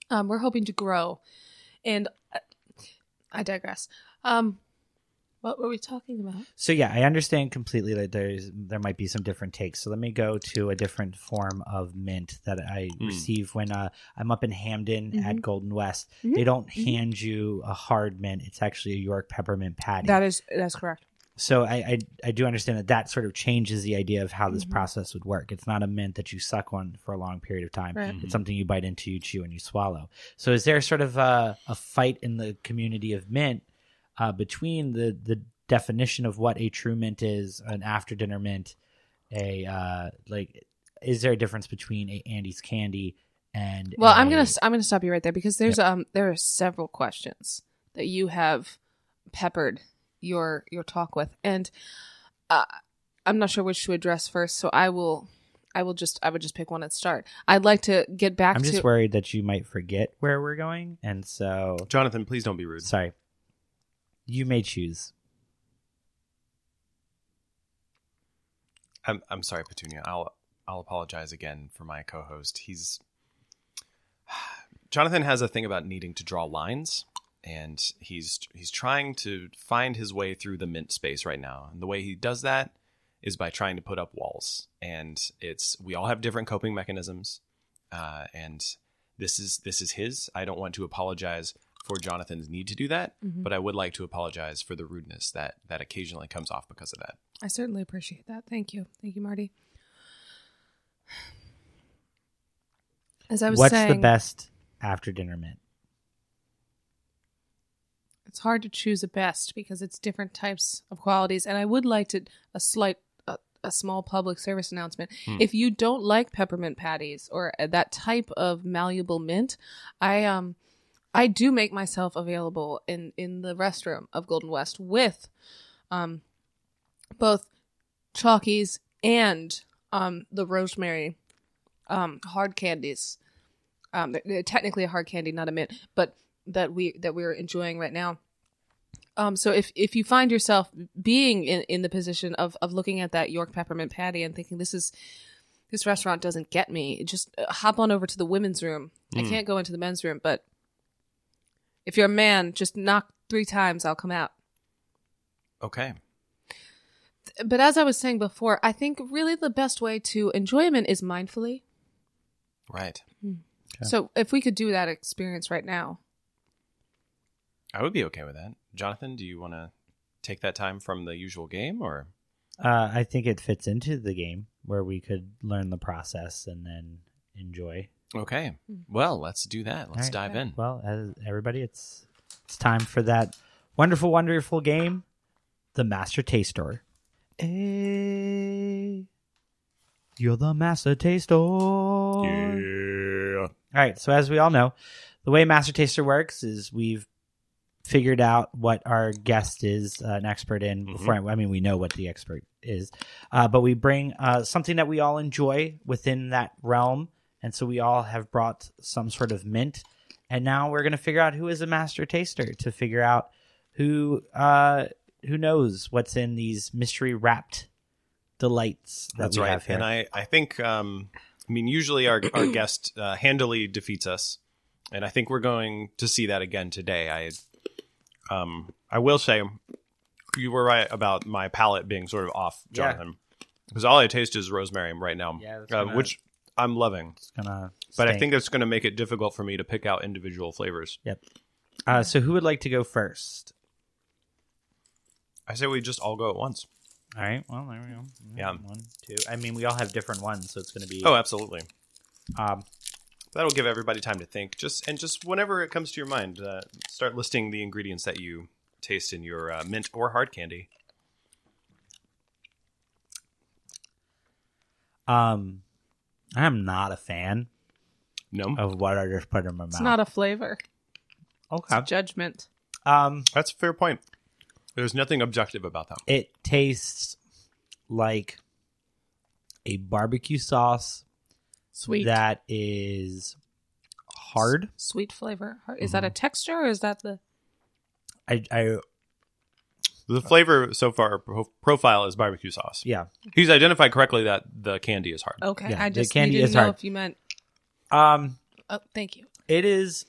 Speaker 5: um, we're hoping to grow and uh, i digress um, what were we talking about
Speaker 3: So yeah, I understand completely that there's there might be some different takes. So let me go to a different form of mint that I
Speaker 2: Mm.
Speaker 3: receive when uh, I'm up in Hamden at
Speaker 5: Mhm.
Speaker 3: Golden West.
Speaker 5: Mhm.
Speaker 3: They don't
Speaker 5: Mhm.
Speaker 3: hand you a hard mint; it's actually a York peppermint patty.
Speaker 5: that is that's correct
Speaker 3: so I, I I do understand that that sort of changes the idea of how this
Speaker 5: Mhm.
Speaker 3: process would work. It's not a mint that you suck on for a long period of time.
Speaker 5: right
Speaker 3: It's something you bite into, you chew, and you swallow. So, is there sort of a, a fight in the community of mint uh, between the the definition of what a true mint is, an after dinner mint, a uh, like, is there a difference between a Andy's candy and?
Speaker 5: well
Speaker 3: a-
Speaker 5: i'm gonna i'm gonna stop you right there because there's um there are several questions that you have peppered your your talk with and uh, i'm not sure which to address first so i will i will just i would just pick one and start i'd like to get back
Speaker 3: I'm
Speaker 5: to
Speaker 3: just worried that you might forget where we're going, and so
Speaker 2: Jonathan, please don't be rude.
Speaker 3: sorry. You may choose.
Speaker 2: I'm I'm sorry, Petunia. I'll I'll apologize again for my co-host. He's Jonathan has a thing about needing to draw lines, and he's he's trying to find his way through the mint space right now. And the way he does that is by trying to put up walls. And it's we all have different coping mechanisms, uh, and this is this is his. I don't want to apologize for Jonathan's need to do that,
Speaker 5: Mhm.
Speaker 2: but I would like to apologize for the rudeness that that occasionally comes off because of that.
Speaker 5: I certainly appreciate that. Thank you. Thank you, Marty. As I was
Speaker 3: What's
Speaker 5: saying,
Speaker 3: the best after dinner mint?
Speaker 5: it's hard to choose a best because it's different types of qualities. And I would like to a slight, a, a small public service announcement. If you don't like peppermint patties or uh, that type of malleable mint, I um, I do make myself available in in the restroom of Golden West with, um, both chalkies and um the rosemary, um hard candies. Um, they're- they're technically a hard candy, not a mint, but that we that we're enjoying right now. Um, so if if you find yourself being in, in the position of of looking at that York peppermint patty and thinking this is this restaurant doesn't get me, just uh, hop on over to the women's room. I can't go into the men's room, but if you're a man, just knock three times. I'll come out.
Speaker 2: Okay.
Speaker 5: But as I was saying before, I think really the best way to enjoyment is mindfully.
Speaker 2: Right.
Speaker 5: So if we could do that experience right now,
Speaker 2: I would be okay with that. Jonathan, do you want to take that time from the usual game or
Speaker 3: Uh, I think it fits into the game where we could learn the process and then enjoy.
Speaker 2: Okay. Well, let's do that. Let's
Speaker 3: All right.
Speaker 2: dive in.
Speaker 3: Well, as everybody, it's it's time for that wonderful, wonderful game, the Master Taster. Hey, you're the Master Taster.
Speaker 2: Yeah.
Speaker 3: All right. So as we all know, the way Master Taster works is we've figured out what our guest is uh, an expert in
Speaker 2: Mm-hmm.
Speaker 3: before. I mean, we know what the expert is, uh, but we bring uh, something that we all enjoy within that realm, and so we all have brought some sort of mint, and now we're going to figure out who is a Master Taster to figure out who uh, who knows what's in these mystery wrapped delights that
Speaker 2: That's
Speaker 3: we
Speaker 2: right.
Speaker 3: have here.
Speaker 2: And I, I think, um, I mean, usually our, our guest uh, handily defeats us. And I think we're going to see that again today. I, um, I will say you were right about my palate being sort of off,
Speaker 3: Yeah.
Speaker 2: Jonathan, because all I taste is rosemary right now,
Speaker 3: Yeah, that's
Speaker 2: uh,
Speaker 3: kinda-
Speaker 2: which I'm loving.
Speaker 3: It's gonna
Speaker 2: But I
Speaker 3: stink.
Speaker 2: think that's going to make it difficult for me to pick out individual flavors.
Speaker 3: Yep. Uh, so who would like to go first?
Speaker 2: I say we just all go at once.
Speaker 3: All right. Well, there we go.
Speaker 2: Yeah.
Speaker 3: One, two. I mean, we all have different ones, so it's going to be.
Speaker 2: Oh, absolutely.
Speaker 3: Um,
Speaker 2: That'll give everybody time to think. Just and just whenever it comes to your mind, uh, start listing the ingredients that you taste in your uh, mint or hard candy.
Speaker 3: um, I'm not a fan
Speaker 2: No,
Speaker 3: of what I just put in my mouth.
Speaker 5: it's not a flavor, it's
Speaker 3: okay.
Speaker 5: judgment.
Speaker 3: Um,
Speaker 2: that's a fair point. There's nothing objective about that.
Speaker 3: it tastes like a barbecue sauce
Speaker 5: Sweet.
Speaker 3: that is hard.
Speaker 5: sweet flavor. Is that a texture or is that the
Speaker 3: I, I,
Speaker 2: The flavor so far pro- profile is barbecue sauce.
Speaker 3: yeah.
Speaker 2: He's identified correctly that the candy is hard.
Speaker 5: okay?
Speaker 3: Yeah,
Speaker 5: I
Speaker 3: the
Speaker 5: just
Speaker 3: candy
Speaker 5: you didn't
Speaker 3: is
Speaker 5: know
Speaker 3: hard.
Speaker 5: if you meant.
Speaker 3: Um,
Speaker 5: Oh, thank you.
Speaker 3: it is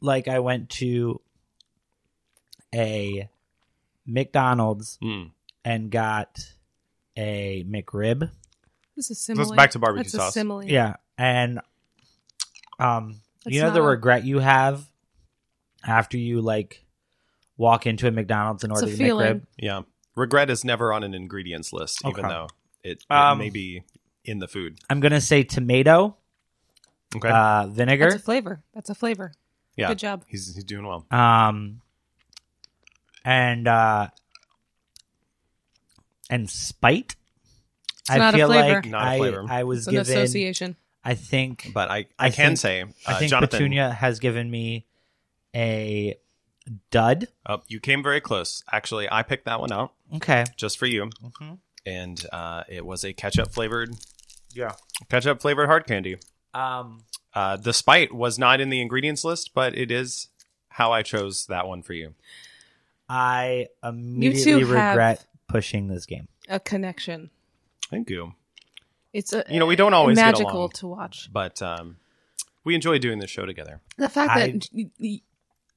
Speaker 3: like I went to a McDonald's
Speaker 2: Mm.
Speaker 3: and got a McRib.
Speaker 5: This is
Speaker 2: let's
Speaker 5: simile.
Speaker 2: back to barbecue
Speaker 5: That's
Speaker 2: sauce.
Speaker 5: A simile.
Speaker 3: Yeah, and um, you
Speaker 5: That's
Speaker 3: know the
Speaker 5: not a-
Speaker 3: regret you have after you like walk into a McDonald's and
Speaker 5: It's
Speaker 3: order
Speaker 5: a
Speaker 3: the
Speaker 5: feeling.
Speaker 3: McRib.
Speaker 2: Yeah, regret is never on an ingredients list, even
Speaker 3: Okay.
Speaker 2: though it, it
Speaker 3: Um,
Speaker 2: may be in the food.
Speaker 3: I'm gonna say tomato,
Speaker 2: Okay,
Speaker 3: uh,
Speaker 5: That's a
Speaker 3: vinegar,
Speaker 5: flavor. That's a flavor.
Speaker 2: yeah,
Speaker 5: Good job.
Speaker 2: He's he's doing well.
Speaker 3: um, and uh, and spite. I
Speaker 5: not a
Speaker 3: feel
Speaker 5: flavor.
Speaker 3: like
Speaker 2: Not a
Speaker 3: I,
Speaker 2: flavor.
Speaker 3: I was
Speaker 5: It's an
Speaker 3: given.
Speaker 5: association.
Speaker 3: I think
Speaker 2: But I I,
Speaker 3: I
Speaker 2: can
Speaker 3: think-
Speaker 2: say uh,
Speaker 3: I think
Speaker 2: Jonathan
Speaker 3: Petunia has given me a dud.
Speaker 2: Oh, you came very close. Actually, I picked that one out
Speaker 3: Okay.
Speaker 2: just for you,
Speaker 3: Mm-hmm.
Speaker 2: and uh, it was a ketchup flavored
Speaker 3: Yeah.
Speaker 2: ketchup flavored hard candy.
Speaker 3: Um.
Speaker 2: Uh, the spite was not in the ingredients list, but it is how I chose that one for you.
Speaker 3: I immediately
Speaker 5: two have-
Speaker 3: regret pushing this game.
Speaker 5: A connection.
Speaker 2: Thank you.
Speaker 5: It's a
Speaker 2: You know, we don't always get
Speaker 5: magical
Speaker 2: along.
Speaker 5: to watch.
Speaker 2: but um, we enjoy doing this show together.
Speaker 5: The fact
Speaker 3: I-
Speaker 5: that y- y-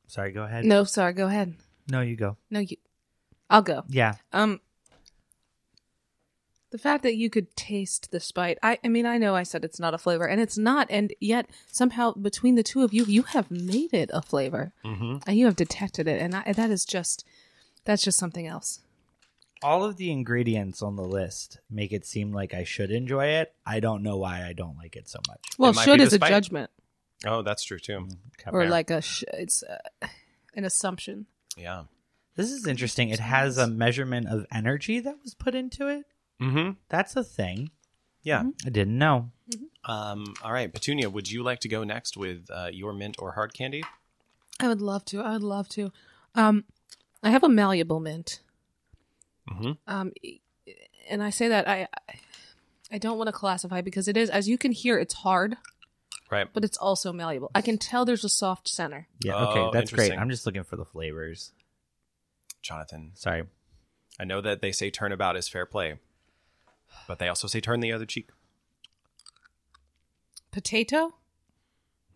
Speaker 3: Sorry, go ahead.
Speaker 5: No, sorry, go ahead.
Speaker 3: No, you go.
Speaker 5: No, you. I'll go.
Speaker 3: Yeah.
Speaker 5: Um, the fact that you could taste the spite. I, I mean, I know I said it's not a flavor, and it's not, and yet somehow between the two of you, you have made it a flavor.
Speaker 2: Mhm.
Speaker 5: And you have detected it, and I, that is just, that's just something else.
Speaker 3: All of the ingredients on the list make it seem like I should enjoy it. I don't know why I don't like it so much.
Speaker 5: Well,
Speaker 2: might
Speaker 5: should
Speaker 2: be
Speaker 5: is
Speaker 2: the
Speaker 5: a
Speaker 2: spite.
Speaker 5: judgment
Speaker 2: Oh, that's true too.
Speaker 3: Mm-hmm.
Speaker 5: or
Speaker 3: Fair.
Speaker 5: like a, sh- it's uh an assumption.
Speaker 2: Yeah.
Speaker 3: this is interesting. It has a measurement of energy that was put into it.
Speaker 2: Mm-hmm.
Speaker 3: That's a thing.
Speaker 2: Yeah.
Speaker 5: Mm-hmm.
Speaker 3: I didn't know.
Speaker 2: Um, all right, Petunia, would you like to go next with uh, your mint or hard candy?
Speaker 5: I would love to. I would love to. Um, I have a malleable mint.
Speaker 2: Mhm.
Speaker 5: Um, e- and I say that I, I- I don't want to classify because it is, as you can hear, it's hard,
Speaker 2: Right.
Speaker 5: but it's also malleable. I can tell there's a soft center.
Speaker 3: Yeah, okay,
Speaker 2: Oh,
Speaker 3: that's great.
Speaker 2: interesting.
Speaker 3: I'm just looking for the flavors.
Speaker 2: Jonathan,
Speaker 3: Sorry.
Speaker 2: I know that they say turnabout is fair play, but they also say turn the other cheek.
Speaker 5: Potato,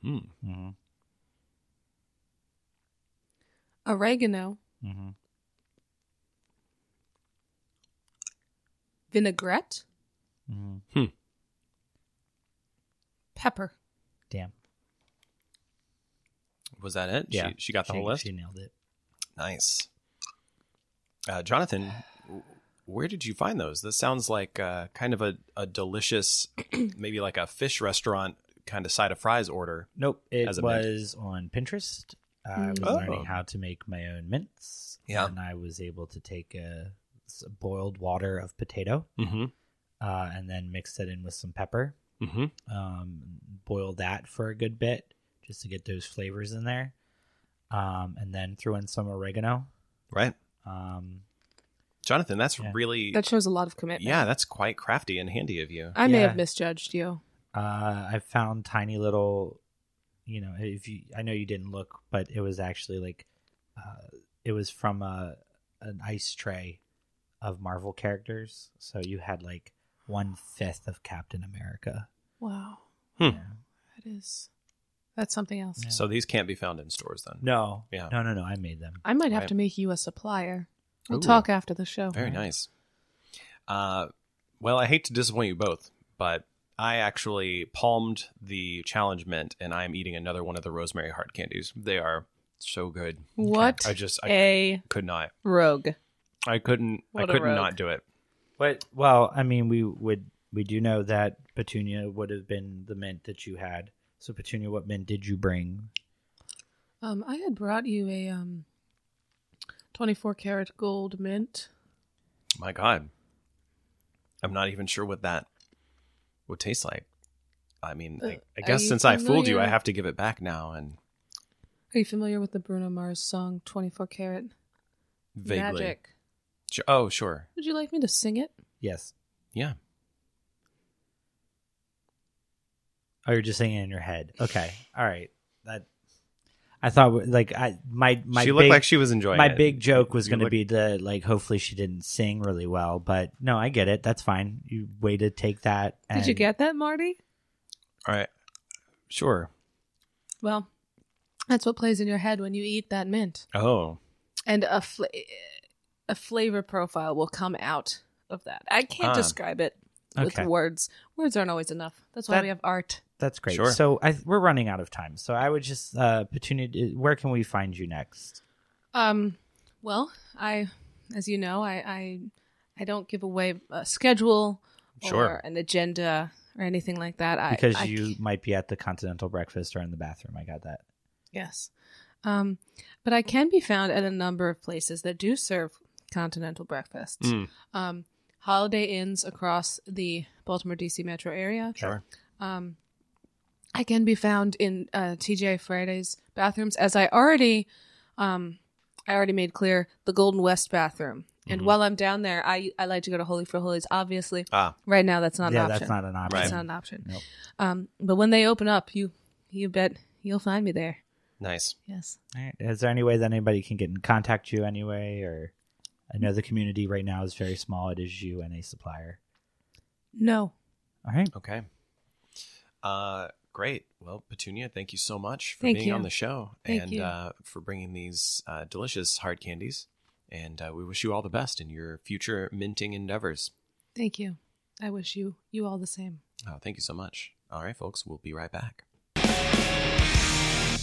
Speaker 2: Hmm.
Speaker 3: hmm
Speaker 5: oregano,
Speaker 3: hmm
Speaker 5: vinaigrette,
Speaker 3: hmm
Speaker 5: pepper.
Speaker 3: Damn.
Speaker 2: Was that it?
Speaker 3: Yeah.
Speaker 2: She, she got the
Speaker 3: she,
Speaker 2: whole list?
Speaker 3: She nailed it.
Speaker 2: Nice. Uh, Jonathan, w- where did you find those? This sounds like uh, kind of a, a delicious, maybe like a fish restaurant kind of side of fries order.
Speaker 3: Nope. It
Speaker 2: As a mint.
Speaker 3: was on Pinterest. I was
Speaker 2: Oh.
Speaker 3: learning how to make my own mints.
Speaker 2: Yeah.
Speaker 3: And I was able to take a, s- boiled water of potato
Speaker 2: Mm-hmm.
Speaker 3: uh, and then mix it in with some pepper.
Speaker 2: Mm-hmm.
Speaker 3: Um, boil that for a good bit just to get those flavors in there. Um, and then threw in some oregano.
Speaker 2: Right.
Speaker 3: Um,
Speaker 2: Jonathan, that's
Speaker 3: Yeah.
Speaker 2: really,
Speaker 5: That shows a lot of commitment.
Speaker 2: yeah, that's quite crafty and handy of you.
Speaker 5: I may
Speaker 3: Yeah.
Speaker 5: have misjudged you.
Speaker 3: Uh, I found tiny little, you know, if you, I know you didn't look, but it was actually like, uh, it was from a an ice tray of Marvel characters. So you had like one fifth of Captain America.
Speaker 5: Wow.
Speaker 2: Hmm.
Speaker 5: That is, that's something else.
Speaker 3: Yeah.
Speaker 2: So these can't be found in stores then.
Speaker 3: No,
Speaker 2: Yeah.
Speaker 3: no, no, no. I made them.
Speaker 5: I might have
Speaker 2: Right.
Speaker 5: to make you a supplier. We'll
Speaker 2: Ooh.
Speaker 5: talk after the show.
Speaker 2: Very nice. Uh, well, I hate to disappoint you both, but I actually palmed the challenge mint, and I'm eating another one of the rosemary heart candies. They are so good.
Speaker 5: What
Speaker 2: I just I
Speaker 5: a
Speaker 2: could not.
Speaker 5: rogue.
Speaker 2: I couldn't.
Speaker 5: What a
Speaker 2: I could
Speaker 5: rogue.
Speaker 2: not do it.
Speaker 3: But well, I mean, we would we do know that Petunia would have been the mint that you had. So Petunia, what mint did you bring?
Speaker 5: Um, I had brought you a um, 24 karat gold mint.
Speaker 2: My God, I'm not even sure what that would taste like. I mean, I, I
Speaker 5: Uh, are
Speaker 2: guess
Speaker 5: you
Speaker 2: since I fooled you, I
Speaker 5: familiar-
Speaker 2: have to give it back now, and
Speaker 5: Are you familiar with the Bruno Mars song 24 karat
Speaker 2: vaguely.
Speaker 5: magic?
Speaker 2: Sure- Oh, sure.
Speaker 5: Would you like me to sing it?
Speaker 3: Yes.
Speaker 2: Yeah.
Speaker 3: Oh, you're just saying it in your head. Okay. All right. That I thought like I my my
Speaker 2: she
Speaker 3: big,
Speaker 2: looked like she was enjoying
Speaker 3: my
Speaker 2: it.
Speaker 3: big joke was
Speaker 2: You
Speaker 3: going to
Speaker 2: look-
Speaker 3: be the like hopefully she didn't sing really well, but no, I get it. That's fine. You way to take that. And
Speaker 5: Did you get that, Marty?
Speaker 2: All right. Sure.
Speaker 5: Well, that's what plays in your head when you eat that mint.
Speaker 2: Oh.
Speaker 5: And a, fla- a flavor profile will come out of that. I can't
Speaker 2: Ah.
Speaker 5: describe it with
Speaker 3: Okay.
Speaker 5: words. Words aren't always enough. That's why
Speaker 3: That-
Speaker 5: we have art.
Speaker 3: That's great.
Speaker 2: Sure.
Speaker 3: So I we're running out of time. So I would just uh Petunia, where can we find you next?
Speaker 5: Um, well, I, as you know, I, I, I don't give away a schedule
Speaker 2: Sure.
Speaker 5: or an agenda or anything like that. I,
Speaker 3: Because
Speaker 5: I-
Speaker 3: you might be at the continental breakfast or in the bathroom. I got that.
Speaker 5: yes, um, but I can be found at a number of places that do serve continental breakfasts.
Speaker 2: Mm.
Speaker 5: Um, holiday inns across the Baltimore D.C. metro area.
Speaker 2: Sure.
Speaker 5: Um, I can be found in uh, TJ Fridays bathrooms, as I already, um, I already made clear the Golden West bathroom. And
Speaker 2: Mhm.
Speaker 5: while I'm down there, I I like to go to Holy for Holies. Obviously,
Speaker 2: Ah,
Speaker 5: right now that's not
Speaker 3: yeah,
Speaker 5: an option.
Speaker 3: that's not an option.
Speaker 2: Right.
Speaker 5: That's not an option.
Speaker 3: Nope.
Speaker 5: Um, but when they open up, you you bet you'll find me there.
Speaker 2: nice.
Speaker 5: Yes.
Speaker 3: All right. Is there any way that anybody can get in contact you anyway? Or I know the community right now is very small. It is you and a supplier.
Speaker 5: No.
Speaker 3: All right.
Speaker 2: Okay. Uh, Great. Well, Petunia, thank you so much for
Speaker 5: Thank
Speaker 2: being
Speaker 5: you.
Speaker 2: on the show
Speaker 5: Thank
Speaker 2: and
Speaker 5: you.
Speaker 2: Uh, for bringing these uh, delicious hard candies. And uh, we wish you all the best in your future minting endeavors.
Speaker 5: Thank you. I wish you you all the same.
Speaker 2: Oh, thank you so much. All right, folks, we'll be right back.
Speaker 3: Hi,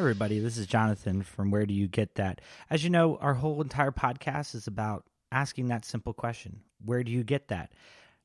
Speaker 3: everybody. This is Jonathan from Where Do You Get That? As you know, our whole entire podcast is about asking that simple question Where do you get that?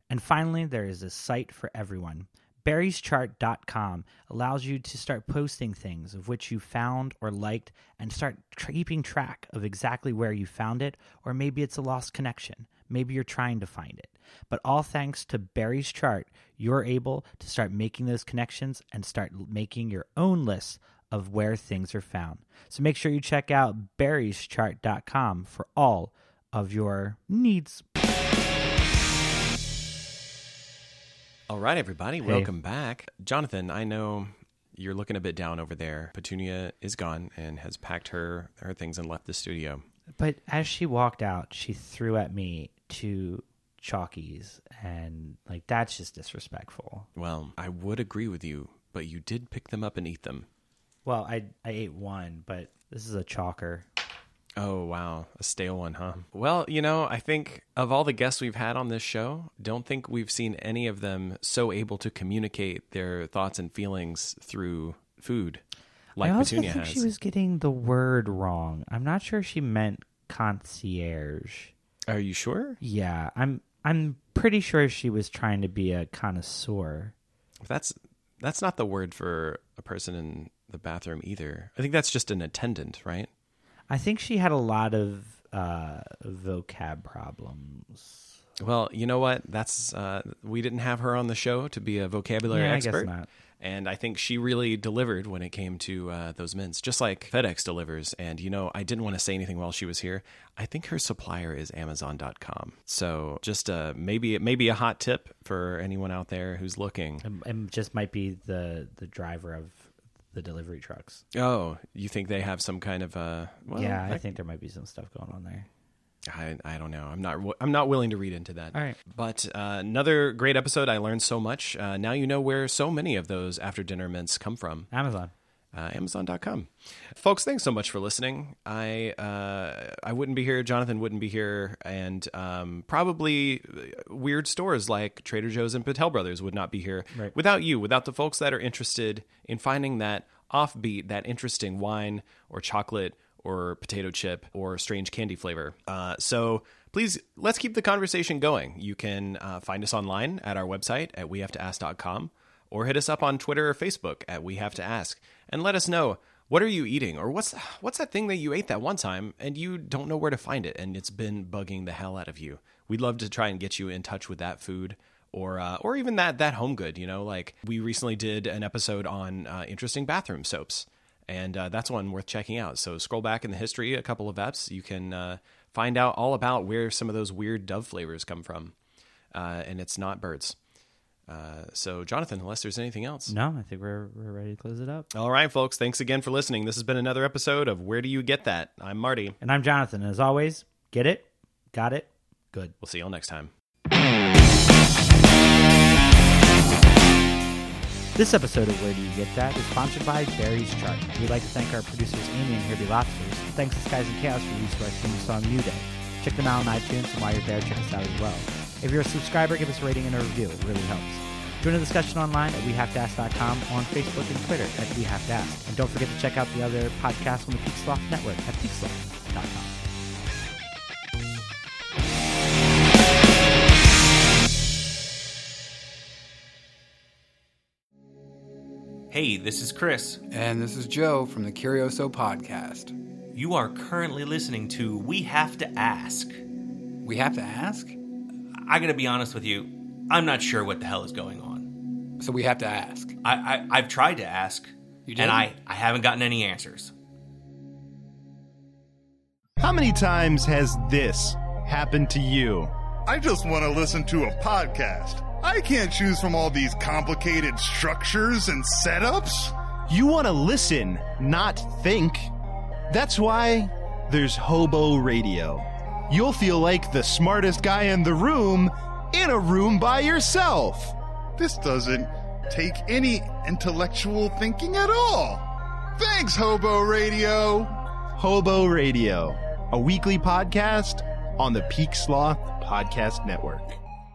Speaker 3: And finally, there is a site for everyone. Barryschart.com allows you to start posting things of which you found or liked and start tr- keeping track of exactly where you found it, or maybe it's a lost connection. Maybe you're trying to find it. But all thanks to Barry's chart, you're able to start making those connections and start l- making your own list of where things are found. So make sure you check out barryschart.com for all of your needs.
Speaker 2: All right, everybody, welcome back. Jonathan, I know you're looking a bit down over there. Petunia is gone and has packed her, her things and left the studio.
Speaker 3: But as she walked out, she threw at me two chalkies and like that's just disrespectful.
Speaker 2: Well, I would agree with you, but you did pick them up and eat them.
Speaker 3: Well, I I ate one, but this is a chalker.
Speaker 2: Oh, wow. A stale one, huh? Well, you know, I think of all the guests we've had on this show, don't think we've seen any of them so able to communicate their thoughts and feelings through food like
Speaker 3: I also
Speaker 2: Petunia
Speaker 3: think
Speaker 2: has.
Speaker 3: she was getting the word wrong. I'm not sure she meant concierge.
Speaker 2: Are you sure?
Speaker 3: Yeah, I'm I'm pretty sure she was trying to be a connoisseur.
Speaker 2: That's that's not the word for a person in the bathroom either. I think that's just an attendant, right?
Speaker 3: I think she had a lot of uh, vocab problems.
Speaker 2: Well, you know what? That's uh, we didn't have her on the show to be a vocabulary
Speaker 3: Yeah, I guess
Speaker 2: expert.
Speaker 3: not.
Speaker 2: And I think she really delivered when it came to uh, those mints, just like FedEx delivers. And, you know, I didn't want to say anything while she was here. I think her supplier is Amazon.com. So just uh, maybe, maybe a hot tip for anyone out there who's looking.
Speaker 3: Um, And just might be the the driver of the delivery trucks.
Speaker 2: Oh, you think they have some kind of uh, well,
Speaker 3: yeah, I think there might be some stuff going on there.
Speaker 2: I, I don't know. I'm not wi- I'm not willing to read into that.
Speaker 3: All right.
Speaker 2: But uh, another great episode. I learned so much. Uh, now you know where so many of those after dinner mints come from.
Speaker 3: Amazon.
Speaker 2: Uh, Amazon.com. Folks, thanks so much for listening. I uh, I wouldn't be here. Jonathan wouldn't be here, and um, probably uh, weird stores like Trader Joe's and Patel Brothers would not be here
Speaker 3: Right.
Speaker 2: without you. Without the folks that are interested in finding that offbeat, that interesting wine or chocolate or potato chip or strange candy flavor. Uh, so please let's keep the conversation going. You can uh, find us online at our website at wehavetoask.com or hit us up on Twitter or Facebook at We Have to Ask and let us know what are you eating or what's what's that thing that you ate that one time and you don't know where to find it and it's been bugging the hell out of you. We'd love to try and get you in touch with that food or uh, or even that that home good. You know, like we recently did an episode on uh, interesting bathroom soaps, and uh, that's one worth checking out. So scroll back in the history a couple of eps, you can uh, find out all about where some of those weird Dove flavors come from, uh, and it's not birds. Uh, so Jonathan, unless there's anything else.
Speaker 3: No, I think we're we're ready to close it up.
Speaker 2: All right, folks. Thanks again for listening. This has been another episode of Where Do You Get That? I'm Marty.
Speaker 3: And I'm Jonathan. And as always, get it, got it, good.
Speaker 2: We'll see you all next time.
Speaker 3: This episode of Where Do You Get That is sponsored by Barry's Chart. We'd like to thank our producers Amy and Herbie Lobsters. Thanks to Skies and Chaos for use of our theme song New Day. Check them out on iTunes and while you're there, check us out as well. If you're a subscriber, give us a rating and a review. It really helps. Join the discussion online at WeHaveToAsk.com or on Facebook and Twitter at We Have to Ask. And don't forget to check out the other podcasts on the Peaksloft Network at peaksloft.com.
Speaker 6: Hey, this is Chris.
Speaker 7: And this is Joe from the Curioso Podcast.
Speaker 6: You are currently listening to We Have to Ask.
Speaker 7: We have to ask?
Speaker 6: I gotta be honest with you, I'm not sure what the hell is going on.
Speaker 7: So we have to ask.
Speaker 6: I, I, I've tried to ask,
Speaker 7: You
Speaker 6: and
Speaker 7: did?
Speaker 6: I, I haven't gotten any answers.
Speaker 8: How many times has this happened to you?
Speaker 9: I just want to listen to a podcast. I can't choose from all these complicated structures and setups.
Speaker 8: You want to listen, not think. That's why there's Hobo Radio. You'll feel like the smartest guy in the room in a room by yourself.
Speaker 9: This doesn't take any intellectual thinking at all. Thanks, Hobo Radio.
Speaker 8: Hobo Radio, a weekly podcast on the Peak Sloth Podcast Network.